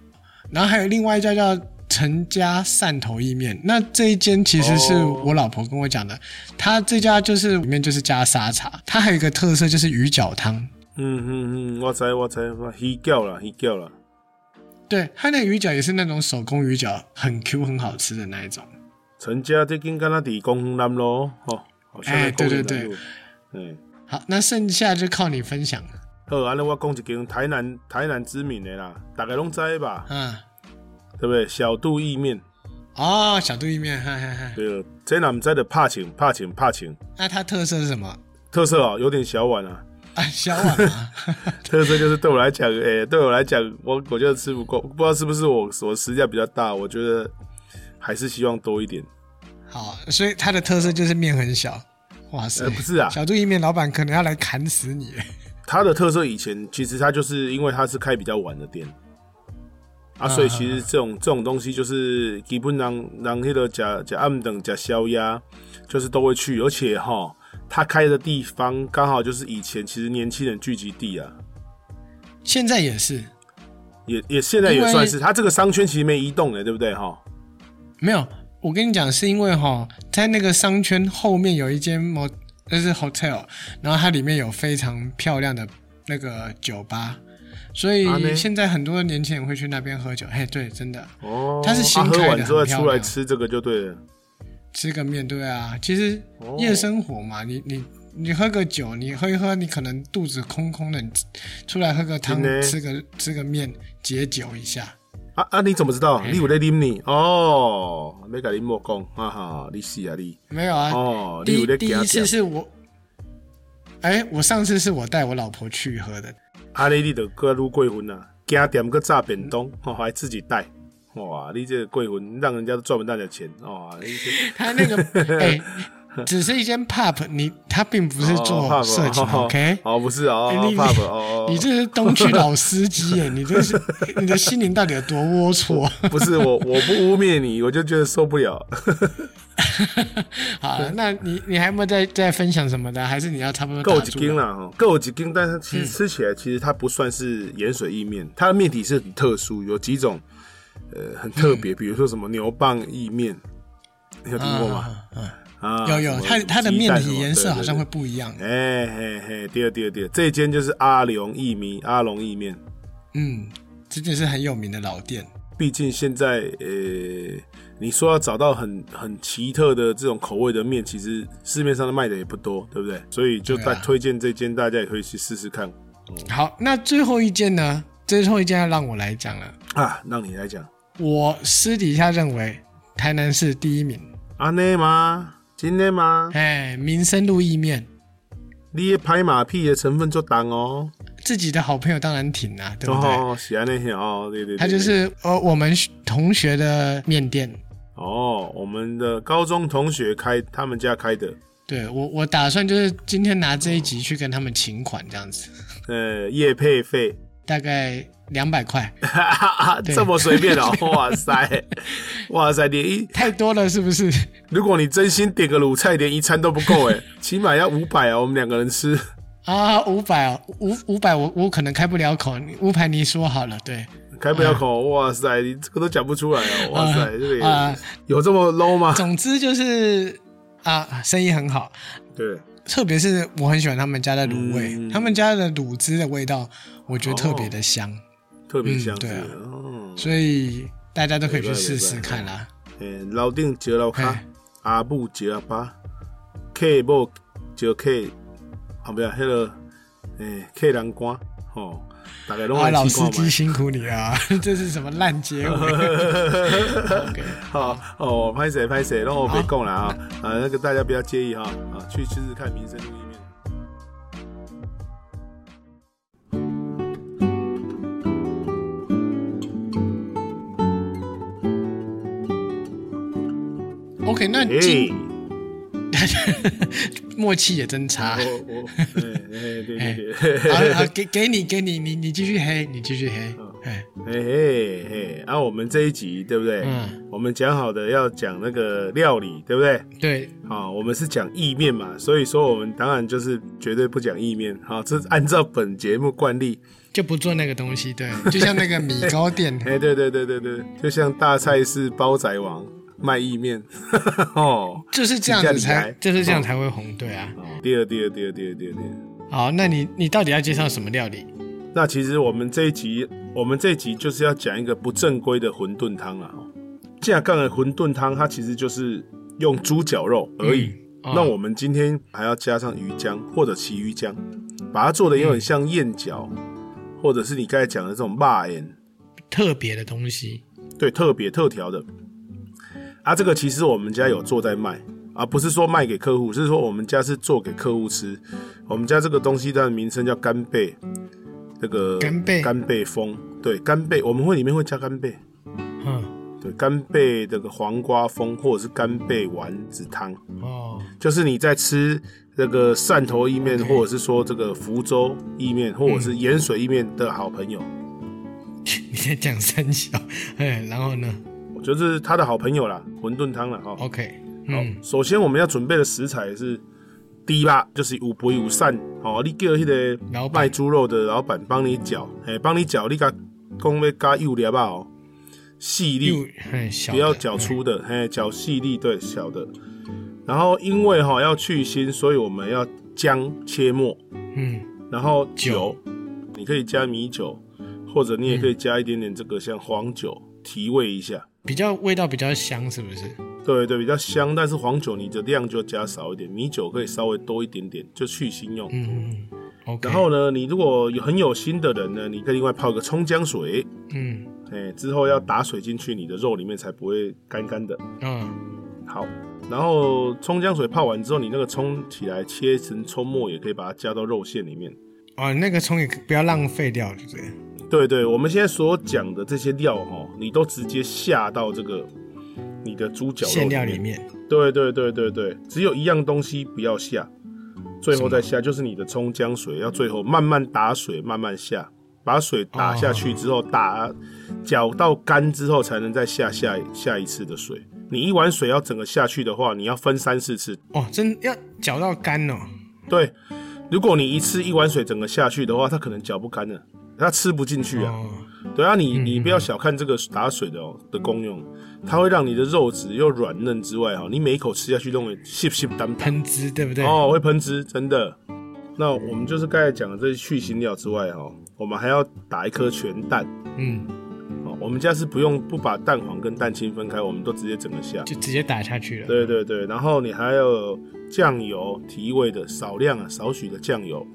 [SPEAKER 2] 然后还有另外一家叫陈家汕头意面，那这一间其实是
[SPEAKER 1] 哦
[SPEAKER 2] 我老婆跟我讲的，她这家就是里面就是加沙茶，它还有一个特色就是鱼饺汤。
[SPEAKER 1] 嗯嗯嗯，我知我知，我鱼饺啦，鱼饺啦，
[SPEAKER 2] 对，它那个鱼饺也是那种手工鱼饺，很 Q 很好吃的那一种。
[SPEAKER 1] 陈家这间敢若伫公园南哦路吼，好像在
[SPEAKER 2] 哎对
[SPEAKER 1] 公园
[SPEAKER 2] 对
[SPEAKER 1] 南路。嗯，
[SPEAKER 2] 好，那剩下就靠你分享了。
[SPEAKER 1] 好，安尼我讲一间台南台南知名的啦，大家拢知道吧，
[SPEAKER 2] 嗯，
[SPEAKER 1] 对不对？小肚意面，
[SPEAKER 2] 哦，小肚意面，嗨嗨嗨。
[SPEAKER 1] 对，这若毋知的拍请拍请拍请，
[SPEAKER 2] 那它特色是什么？
[SPEAKER 1] 特色哦，有点小碗啊。
[SPEAKER 2] 啊，小碗吗？ (laughs)
[SPEAKER 1] 特色就是对我来讲， (laughs) 诶、对我来讲，我我觉得吃不够，不知道是不是我我食量比较大，我觉得还是希望多一点。
[SPEAKER 2] 好，所以它的特色就是面很小。哇塞，
[SPEAKER 1] 呃不是啊
[SPEAKER 2] 小肚意面老板可能要来砍死你。
[SPEAKER 1] 它的特色以前其实它就是因为它是开比较晚的店啊，
[SPEAKER 2] 嗯
[SPEAKER 1] 所以其实这种这种东西就是基本上让那个假假暗等假宵夜，就是都会去，而且哈，它开的地方刚好就是以前其实年轻人聚集地啊，
[SPEAKER 2] 现在也是，
[SPEAKER 1] 也也现在也
[SPEAKER 2] 因为
[SPEAKER 1] 算是它这个商圈其实没移动的，对不对哈？
[SPEAKER 2] 没有，我跟你讲，是因为哈，在那个商圈后面有一间 mo，那是 hotel，然后它里面有非常漂亮的那个酒吧，所
[SPEAKER 1] 啊呢
[SPEAKER 2] 以现在很多年轻人会去那边喝酒。嘿，对，真的，
[SPEAKER 1] 哦，
[SPEAKER 2] 它是新
[SPEAKER 1] 啊
[SPEAKER 2] 开的
[SPEAKER 1] 喝完之后
[SPEAKER 2] 很漂
[SPEAKER 1] 出来
[SPEAKER 2] 亮
[SPEAKER 1] 吃这个就对了。
[SPEAKER 2] 吃个面对啊，其实夜生活
[SPEAKER 1] 哦
[SPEAKER 2] 嘛，你你。你喝个酒，你喝一喝，你可能肚子空空的，你出来喝个汤
[SPEAKER 1] 真的，
[SPEAKER 2] 吃个吃个面，解酒一下。
[SPEAKER 1] 啊啊！你怎么知道？你有在啉你哦？没跟你莫讲，哈哈，你是啊你
[SPEAKER 2] 没有啊，
[SPEAKER 1] 哦，你
[SPEAKER 2] 第
[SPEAKER 1] 有在
[SPEAKER 2] 第
[SPEAKER 1] 行
[SPEAKER 2] 一次
[SPEAKER 1] 店
[SPEAKER 2] 是我，哎，我上次是我带我老婆去喝的，
[SPEAKER 1] 安啊尼你就搁愈过分啊！加点个炸便当，吼、还自己带，哇！你这个过分，让人家都赚不到你的钱，哇！你
[SPEAKER 2] (laughs)
[SPEAKER 1] 这
[SPEAKER 2] 他那个
[SPEAKER 1] (laughs)
[SPEAKER 2] 哎、只是一间 pub，你他并不是做色情、
[SPEAKER 1] 哦
[SPEAKER 2] o k
[SPEAKER 1] 哦，不是哦
[SPEAKER 2] 你你
[SPEAKER 1] ，pub 哦，
[SPEAKER 2] 你这是东区老司机耶！ (laughs) 你这是你的心灵到底有多龌龊？ (laughs)
[SPEAKER 1] 不是我，我不污蔑你，我就觉得受不了。
[SPEAKER 2] 好了，那你你还有没有再再分享什么的？还是你要差不多
[SPEAKER 1] 够
[SPEAKER 2] 打
[SPEAKER 1] 几
[SPEAKER 2] 住
[SPEAKER 1] 斤
[SPEAKER 2] 了？嗯
[SPEAKER 1] 啦，哈，够几斤，但是其实吃起来其实它不算是盐水意面，它的面体是很特殊，有几种呃很特
[SPEAKER 2] 嗯
[SPEAKER 1] 别，比如说什么牛蒡意面，你有听过吗？啊
[SPEAKER 2] 有有，它它的面体颜色好像。
[SPEAKER 1] 什么鸡蛋什么对对
[SPEAKER 2] 会
[SPEAKER 1] 对
[SPEAKER 2] 不一样。
[SPEAKER 1] 哎嘿嘿，对对对，这间就是阿龙意米阿龙意面。
[SPEAKER 2] 嗯，这件是很有名的老店。
[SPEAKER 1] 毕竟现在呃，你说要找到很很奇特的这种口味的面，其实市面上的卖的也不多，对不对？所以就
[SPEAKER 2] 对
[SPEAKER 1] 再
[SPEAKER 2] 啊
[SPEAKER 1] 推荐这间，大家也可以去试试看
[SPEAKER 2] 好，那最后一件呢？最后一件要让我来讲了。
[SPEAKER 1] 啊。让你来讲，
[SPEAKER 2] 我私底下认为台南市第一名，
[SPEAKER 1] 安内吗？真的吗？
[SPEAKER 2] 哎，民生路意面，
[SPEAKER 1] 你的拍马屁的成分就重哦，
[SPEAKER 2] 自己的好朋友当然挺啊，对不对？
[SPEAKER 1] 哦，喜安内哦，对对对，
[SPEAKER 2] 他
[SPEAKER 1] 对
[SPEAKER 2] 就是呃我们同学的面店，
[SPEAKER 1] 哦，我们的高中同学开他们家开的，
[SPEAKER 2] 对我我打算就是今天拿这一集去跟他们请款这样子，
[SPEAKER 1] 呃，叶配费。
[SPEAKER 2] 大概两百块，
[SPEAKER 1] (laughs)
[SPEAKER 2] 对
[SPEAKER 1] 这么随便
[SPEAKER 2] (laughs)
[SPEAKER 1] 哦，哇塞，哇塞，连一
[SPEAKER 2] 太多了是不是？ (laughs)
[SPEAKER 1] 如果你真心点个卤菜，连一餐都不够哎，起码要五百啊，我们两个人吃。
[SPEAKER 2] 啊，五百哦，五五百我我可能开不了口，五百你说好了，对，
[SPEAKER 1] 开不了口，哇塞，你这个都讲不出来啊！哇塞，
[SPEAKER 2] 啊
[SPEAKER 1] 这个也
[SPEAKER 2] 啊
[SPEAKER 1] 有这么 low 吗？
[SPEAKER 2] 总之就是啊，生意很好，
[SPEAKER 1] 对，
[SPEAKER 2] 特别是我很喜欢他们家的卤味，
[SPEAKER 1] 嗯哦
[SPEAKER 2] 他们家的卤汁的味道，我觉得特别的香。
[SPEAKER 1] 特别香
[SPEAKER 2] 嗯
[SPEAKER 1] 是
[SPEAKER 2] 对
[SPEAKER 1] 不
[SPEAKER 2] 啊
[SPEAKER 1] 是哦，
[SPEAKER 2] 所以大家都可以去试试看啦。
[SPEAKER 1] 诶，欸老丁嚼老卡
[SPEAKER 2] 嘿，
[SPEAKER 1] 阿母嚼阿爸，K 某嚼 K，啊不是迄个欸诶 K 南瓜吼，大概拢
[SPEAKER 2] 啊，
[SPEAKER 1] 来
[SPEAKER 2] 老
[SPEAKER 1] 试
[SPEAKER 2] 司
[SPEAKER 1] 看 (laughs)
[SPEAKER 2] 机
[SPEAKER 1] 嘛。
[SPEAKER 2] 辛苦你了， (laughs) 这是什么
[SPEAKER 1] (laughs)
[SPEAKER 2] 烂结尾？OK，
[SPEAKER 1] 好哦，拍谁拍谁，让我别供了啊啊，那个大家不要介意哈啊，去试试看民生路一面。
[SPEAKER 2] OK，那今
[SPEAKER 1] 诶，
[SPEAKER 2] 默契也真差。 (laughs)
[SPEAKER 1] 我我诶诶对对
[SPEAKER 2] 好
[SPEAKER 1] 对。
[SPEAKER 2] 好，给给你，给你，你你继续黑，你继续黑。
[SPEAKER 1] 哦
[SPEAKER 2] 哎，
[SPEAKER 1] 嘿嘿嘿，啊，我们这一集对不对？
[SPEAKER 2] 嗯
[SPEAKER 1] 我们讲好的要讲那个料理，对不对？
[SPEAKER 2] 对，
[SPEAKER 1] 好、我们是讲意面嘛，所以说我们当然就是绝对不讲意面。好、这是按照本节目惯例。，
[SPEAKER 2] 就不做那个东西，对，就像那个米糕店
[SPEAKER 1] (laughs) 哎，对对对对对，就像大菜市煲仔王卖意面， (laughs) 哦，
[SPEAKER 2] 就是这样子
[SPEAKER 1] 请假理
[SPEAKER 2] 才
[SPEAKER 1] 来，
[SPEAKER 2] 就是这样才会红，对啊。
[SPEAKER 1] 第二第二第二第二第二第二。
[SPEAKER 2] 好，那你你到底要介绍什么料理？
[SPEAKER 1] 那其实我们这一集，我们这一集就是要讲一个不正规的馄饨汤啊。架杠的馄饨汤，它其实就是用猪脚肉而已。
[SPEAKER 2] 嗯哦
[SPEAKER 1] 那我们今天还要加上鱼浆或者奇鱼浆，把它做的有点像燕饺，或者是你刚才讲的这种辣眼，
[SPEAKER 2] 特别的东西，
[SPEAKER 1] 对，特别特调的。啊，这个其实我们家有做在卖，啊，不是说卖给客户，是说我们家是做给客户吃。我们家这个东西它的名称叫干贝，这个
[SPEAKER 2] 干贝
[SPEAKER 1] 干贝风，对，干贝我们会里面会加干贝，
[SPEAKER 2] 嗯，
[SPEAKER 1] 对，干贝这个黄瓜风或者是干贝丸子汤，
[SPEAKER 2] 哦， (laughs)
[SPEAKER 1] 就是你在吃这个汕头意面
[SPEAKER 2] OK 嗯
[SPEAKER 1] 或者是说这个福州意面，或者是盐水意面的好朋友。
[SPEAKER 2] 你在讲三小，哎，然后呢
[SPEAKER 1] 就是他的好朋友啦，馄饨汤啦，哈、
[SPEAKER 2] ？OK，嗯，
[SPEAKER 1] 首先我们要准备的食材是第一吧，就是五肥五散，哦，你叫迄个
[SPEAKER 2] 老板
[SPEAKER 1] 卖猪肉的老板帮你搅，哎、帮你搅，你甲讲要加幼粒啊哦，细
[SPEAKER 2] 又
[SPEAKER 1] 粒，
[SPEAKER 2] 很小
[SPEAKER 1] 不
[SPEAKER 2] 的，
[SPEAKER 1] 要搅粗的，嘿，搅细粒，对，小的。然后因为哈、要去腥，所以我们要姜切末，
[SPEAKER 2] 嗯，
[SPEAKER 1] 然后
[SPEAKER 2] 酒
[SPEAKER 1] 酒，你可以加米酒，或者你也可以加一点点这个像黄酒提味一下。
[SPEAKER 2] 比较味道比较香，是不是？
[SPEAKER 1] 对对，比较香，但是黄酒你的量就加少一点，米酒可以稍微多一点点，就去腥用。
[SPEAKER 2] 嗯嗯嗯，OK，
[SPEAKER 1] 然后呢，你如果有很有心的人呢，你可以另外泡个葱姜水，
[SPEAKER 2] 嗯
[SPEAKER 1] 哎，之后要打水进去你的肉里面才不会干干的。
[SPEAKER 2] 嗯，
[SPEAKER 1] 好，然后葱姜水泡完之后，你那个葱起来切成葱末，也可以把它加到肉馅里面。
[SPEAKER 2] 哦，那个葱也不要浪费掉，对不对？
[SPEAKER 1] 对对，我们现在所讲的这些料哦，你都直接下到这个你的猪脚
[SPEAKER 2] 馅
[SPEAKER 1] 肉
[SPEAKER 2] 料
[SPEAKER 1] 里
[SPEAKER 2] 里
[SPEAKER 1] 面。
[SPEAKER 2] 面，
[SPEAKER 1] 对对对对对，只有一样东西不要下，最后再下就是你的葱姜水，要最后慢慢打水，慢慢下，把水打下去之后，打搅到干之后，才能再下下下一次的水。你一碗水要整个下去的话，你要分三四次。
[SPEAKER 2] 哦，真要搅到干哦，
[SPEAKER 1] 对，如果你一次一碗水整个下去的话，它可能搅不干了，它吃不进去啊。
[SPEAKER 2] 哦，
[SPEAKER 1] 对啊，你你不要小看这个打水的哦的功用，它会让你的肉质又软嫩之外哈，哦你每一口吃下去都会 ship ship 当
[SPEAKER 2] 喷汁，对不对？
[SPEAKER 1] 哦，会喷汁，真的。那我们就是刚才讲的这些去腥料之外，哈，我们还要打一颗全蛋。
[SPEAKER 2] 嗯，
[SPEAKER 1] 哦，我们家是不用不把蛋黄跟蛋清分开，我们都直接整个下。
[SPEAKER 2] 就直接打下去了。
[SPEAKER 1] 对对对，然后你还有酱油提味的少量啊，少许的酱油，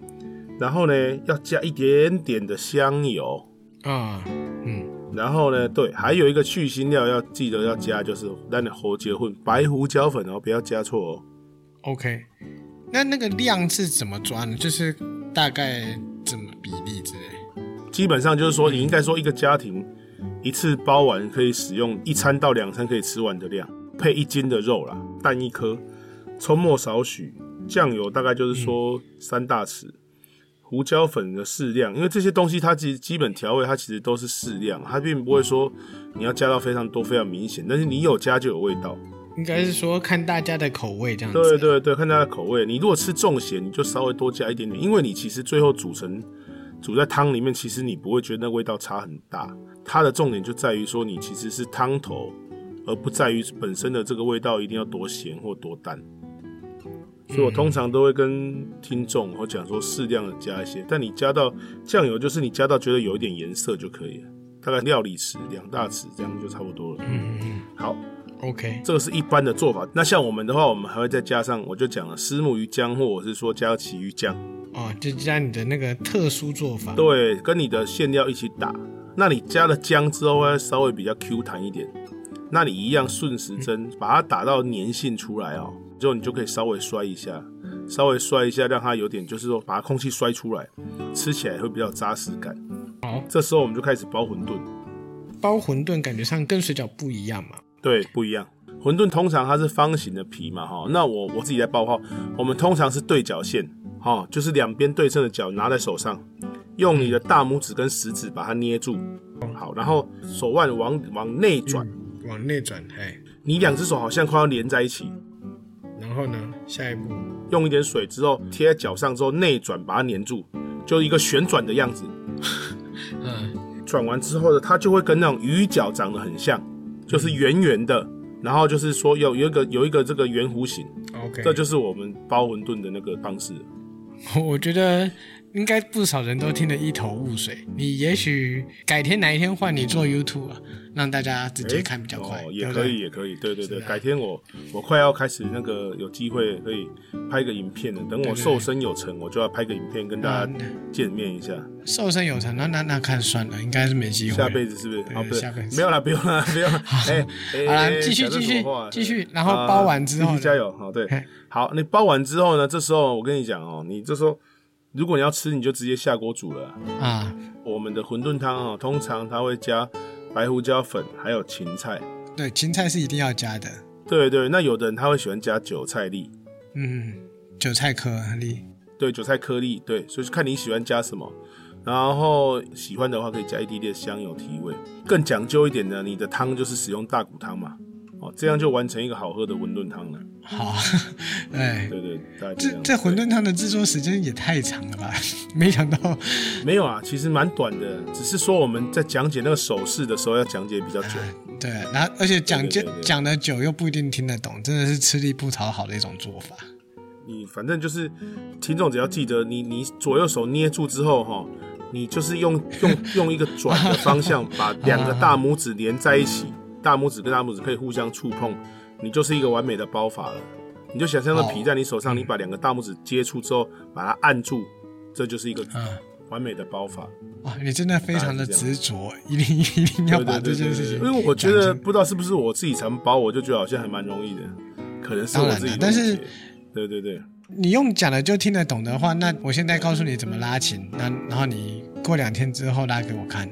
[SPEAKER 1] 然后呢要加一点点的香油，
[SPEAKER 2] 啊，嗯，
[SPEAKER 1] 然后呢，对，还有一个去腥料要记得要加，就是咱的胡椒粉、白胡椒粉哦，不要加错哦。
[SPEAKER 2] OK，那那个量是怎么抓呢？就是大概怎么比例之类？
[SPEAKER 1] 基本上就是说，你应该说一个家庭一次包完可以使用一餐到两餐可以吃完的量，配一斤的肉啦，蛋一颗，葱末少许，酱油大概就是说三大匙，胡椒粉的适量，因为这些东西它其实基本调味它其实都是适量，它并不会说你要加到非常多非常明显，但是你有加就有味道。
[SPEAKER 2] 应该是说看大家的口味这样子。
[SPEAKER 1] 对对对，看它的口味。你如果吃重咸，你就稍微多加一点点，因为你其实最后煮成煮在汤里面，其实你不会觉得那味道差很大。它的重点就在于说，你其实是汤头，而不在于本身的这个味道一定要多咸或多淡。所以我通常都会跟听众我讲说适量的加一些，但你加到酱油就是你加到觉得有一点颜色就可以了，大概料理匙两大匙这样就差不多了。嗯嗯，好，
[SPEAKER 2] OK，
[SPEAKER 1] 这个是一般的做法。那像我们的话，我们还会再加上，我就讲了虱目鱼浆，或者是说加旗鱼浆，
[SPEAKER 2] 哦，就加你的那个特殊做法。
[SPEAKER 1] 对，跟你的馅料一起打。那你加了姜之后，会稍微比较 Q 弹一点。那你一样顺时针把它打到粘性出来哦，之后你就可以稍微摔一下，稍微摔一下，让它有点就是说把它空气摔出来，吃起来会比较有扎实感。
[SPEAKER 2] 好，
[SPEAKER 1] 这时候我们就开始包馄饨。
[SPEAKER 2] 包馄饨感觉上跟水饺不一样嘛。
[SPEAKER 1] 对，不一样。馄饨通常它是方形的皮嘛，哈，那我我自己在包哈，我们通常是对角线，哈，就是两边对称的角拿在手上，用你的大拇指跟食指把它捏住，好，然后手腕往往内转，
[SPEAKER 2] 往内转，哎，
[SPEAKER 1] 你两只手好像快要连在一起，
[SPEAKER 2] 然后呢，下一步，
[SPEAKER 1] 用一点水之后贴在脚上之后内转把它粘住，就是一个旋转的样子。
[SPEAKER 2] 嗯，
[SPEAKER 1] 转完之后呢，它就会跟那种鱼饺长得很像，就是圆圆的，然后就是说有有一个有一个这个圆弧形。
[SPEAKER 2] OK，
[SPEAKER 1] 这就是我们包馄饨的那个方式。
[SPEAKER 2] (laughs) 我觉得应该不少人都听得一头雾水。你也许改天哪一天换你做 YouTube 啊，让大家直接看比较快，
[SPEAKER 1] 哦，
[SPEAKER 2] 对
[SPEAKER 1] 也
[SPEAKER 2] 不
[SPEAKER 1] 可
[SPEAKER 2] 对
[SPEAKER 1] 以，也可以，对对对，
[SPEAKER 2] 是啊
[SPEAKER 1] 改天我我快要开始那个有机会可以拍个影片了。等我瘦身有成，我就要拍个影片跟大
[SPEAKER 2] 嗯
[SPEAKER 1] 家见面一下。
[SPEAKER 2] 瘦身有成，那那那看算了，应该是没机会了。
[SPEAKER 1] 下辈子是不是？
[SPEAKER 2] 对
[SPEAKER 1] 啊，不
[SPEAKER 2] 下辈
[SPEAKER 1] 是，
[SPEAKER 2] 子
[SPEAKER 1] 没有啦，不用啦，不用啦。哎，哎
[SPEAKER 2] (laughs) 好啦
[SPEAKER 1] 哎
[SPEAKER 2] 继续
[SPEAKER 1] 讲这
[SPEAKER 2] 继
[SPEAKER 1] 什么
[SPEAKER 2] 续
[SPEAKER 1] 话
[SPEAKER 2] 继续然后包完之
[SPEAKER 1] 继
[SPEAKER 2] 后
[SPEAKER 1] 续
[SPEAKER 2] 呢
[SPEAKER 1] 加油。好，对
[SPEAKER 2] 嘿，
[SPEAKER 1] 好，你包完之后呢？这时候我跟你讲哦，你这时候如果你要吃，你就直接下锅煮了啊。
[SPEAKER 2] 啊，
[SPEAKER 1] 我们的馄饨汤哦，通常它会加白胡椒粉，还有芹菜。
[SPEAKER 2] 对，芹菜是一定要加的。
[SPEAKER 1] 对对，那有的人他会喜欢加韭菜粒，
[SPEAKER 2] 嗯，韭菜颗粒，
[SPEAKER 1] 对，韭菜颗粒，对，所以看你喜欢加什么。然后喜欢的话可以加一滴滴的香油提味。更讲究一点呢，你的汤就是使用大骨汤嘛，哦，这样就完成一个好喝的馄饨汤了。
[SPEAKER 2] 好， (laughs) 哎，
[SPEAKER 1] 对对，大概就
[SPEAKER 2] 这
[SPEAKER 1] 样。
[SPEAKER 2] 这馄饨汤的制作时间也太长了吧？ (laughs) 没想到，
[SPEAKER 1] 对没有啊，其实蛮短的，只是说我们在讲解那个手势的时候要讲解比较久。
[SPEAKER 2] 对，然后而且讲
[SPEAKER 1] 对
[SPEAKER 2] 究
[SPEAKER 1] 对对对
[SPEAKER 2] 讲的久又不一定听得懂，真的是吃力不讨好的一种做法。
[SPEAKER 1] 你反正就是听众只要记得，你你左右手捏住之后哈、你就是
[SPEAKER 2] (laughs)
[SPEAKER 1] 用用用一个转的方向把两个大拇指连在一起，大拇指跟大拇指可以互相触碰，你就是一个完美的包法了。你就想象那皮在你手上，你把两个大拇指接触之后，把它按住，这就是一个
[SPEAKER 2] 嗯
[SPEAKER 1] 完美的包法。
[SPEAKER 2] 哇，你真的非常的执着，一定一定要
[SPEAKER 1] 对
[SPEAKER 2] 把
[SPEAKER 1] 对对
[SPEAKER 2] 这件
[SPEAKER 1] 对
[SPEAKER 2] 事
[SPEAKER 1] 对，
[SPEAKER 2] 情讲
[SPEAKER 1] 因
[SPEAKER 2] 清。
[SPEAKER 1] 为我觉得不知道是不是我自己常包，我就觉得好像还蛮容易的，可能是
[SPEAKER 2] 当
[SPEAKER 1] 我
[SPEAKER 2] 然
[SPEAKER 1] 自己的
[SPEAKER 2] 了但
[SPEAKER 1] 误
[SPEAKER 2] 是
[SPEAKER 1] 解。对对对，
[SPEAKER 2] 你用讲的就听得懂的话，那我现在告诉你怎么拉琴，那然后你过两天之后拉给我看。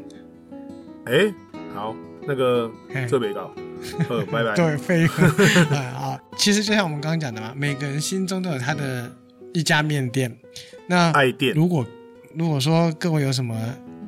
[SPEAKER 1] 哎、好，那个
[SPEAKER 2] 嘿
[SPEAKER 1] 这
[SPEAKER 2] (laughs)
[SPEAKER 1] 北到，呃，拜拜。
[SPEAKER 2] 对，
[SPEAKER 1] (laughs)
[SPEAKER 2] 废话啊、好其实就像我们刚刚讲的嘛，每个人心中都有他的一家面店。那
[SPEAKER 1] 爱店
[SPEAKER 2] 如果如果说各位有什么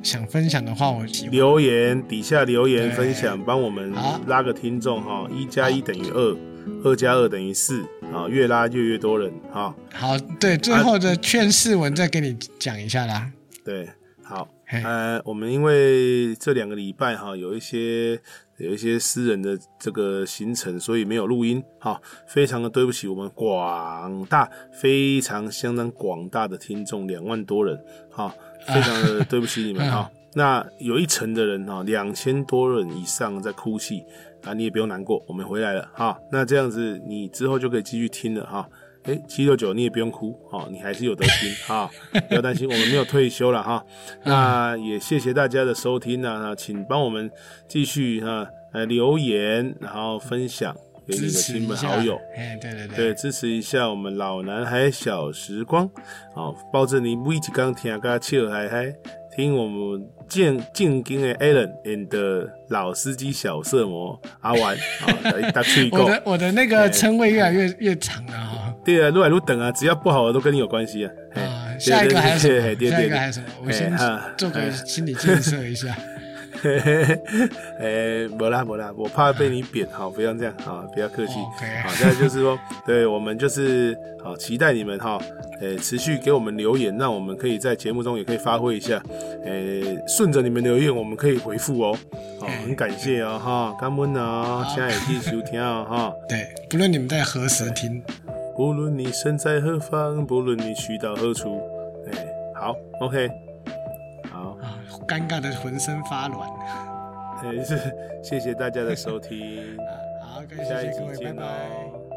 [SPEAKER 2] 想分享的话，我喜欢
[SPEAKER 1] 留言底下留言
[SPEAKER 2] 对
[SPEAKER 1] 分享，帮我们
[SPEAKER 2] 好
[SPEAKER 1] 拉个听众哈，一加一等于二，二加二等于四啊，越拉越越多人啊，
[SPEAKER 2] 好，对，最后的劝世文再给你讲一下啦。
[SPEAKER 1] 对，好，
[SPEAKER 2] 嘿
[SPEAKER 1] 呃，我们因为这两个礼拜哈有一些有一些私人的这个行程，所以没有录音哈，非常的对不起我们广大非常相当广大的听众两万多人哈，非常的对不起你们哈。那有一成的人哈，两千多人以上在哭泣啊，你也不用难过，我们回来了哈。那这样子你之后就可以继续听了哈。哎，七六九你也不用哭哦，你还是有得听啊、不要担心，我们没有退休了哈、
[SPEAKER 2] (laughs)
[SPEAKER 1] 那也谢谢大家的收听呢、啊，请帮我们继续啊呃留言，然后分享给你
[SPEAKER 2] 支
[SPEAKER 1] 的
[SPEAKER 2] 持
[SPEAKER 1] 亲
[SPEAKER 2] 一
[SPEAKER 1] 朋
[SPEAKER 2] 下，
[SPEAKER 1] 好友。
[SPEAKER 2] 哎，对对
[SPEAKER 1] 对，，支持一下我们老男孩小时光，哦，抱着你每一刚听个笑嗨嗨，听我们正正经的 Alan and 老司机小色魔阿玩啊，来搭
[SPEAKER 2] (laughs)
[SPEAKER 1] 去
[SPEAKER 2] 我
[SPEAKER 1] 购，
[SPEAKER 2] 的我的那个称谓越来越越长了哈、
[SPEAKER 1] 对啊，撸来撸等啊，只要不好的都跟你有关系啊。嘿
[SPEAKER 2] 啊，
[SPEAKER 1] 对
[SPEAKER 2] 下一个
[SPEAKER 1] 对
[SPEAKER 2] 还有什
[SPEAKER 1] 对对
[SPEAKER 2] 么？
[SPEAKER 1] 对
[SPEAKER 2] 下一个
[SPEAKER 1] 对
[SPEAKER 2] 还有什么？我
[SPEAKER 1] 哎
[SPEAKER 2] 先
[SPEAKER 1] 啊
[SPEAKER 2] 做
[SPEAKER 1] 哎
[SPEAKER 2] 个心理建
[SPEAKER 1] (laughs)
[SPEAKER 2] 设一下。哦
[SPEAKER 1] 嘿嘿嘿， (laughs) 诶，哎没啦没啦，我怕被你扁，好，不要这样，好，不要客气，
[SPEAKER 2] OK
[SPEAKER 1] 好，再来就是说，对我们就是好，期待你们哈，诶，持续给我们留言，让我们可以在节目中也可以发挥一下，诶，顺着你们留言，我们可以回复哦，好，很感谢哦，哈，感恩啊，
[SPEAKER 2] 好
[SPEAKER 1] 亲爱的弟收听哦，哈。
[SPEAKER 2] 对，不论你们在何时听，
[SPEAKER 1] 无论你身在何方，不论你去到何处。哎，好，OK，好，
[SPEAKER 2] 啊，尴尬的浑身发软。啊
[SPEAKER 1] 哎，是谢谢大家的收听，
[SPEAKER 2] 好，感 (laughs)
[SPEAKER 1] 下一
[SPEAKER 2] 啊谢
[SPEAKER 1] 集
[SPEAKER 2] 各位，拜
[SPEAKER 1] 见
[SPEAKER 2] 拜。嗯
[SPEAKER 1] 哦。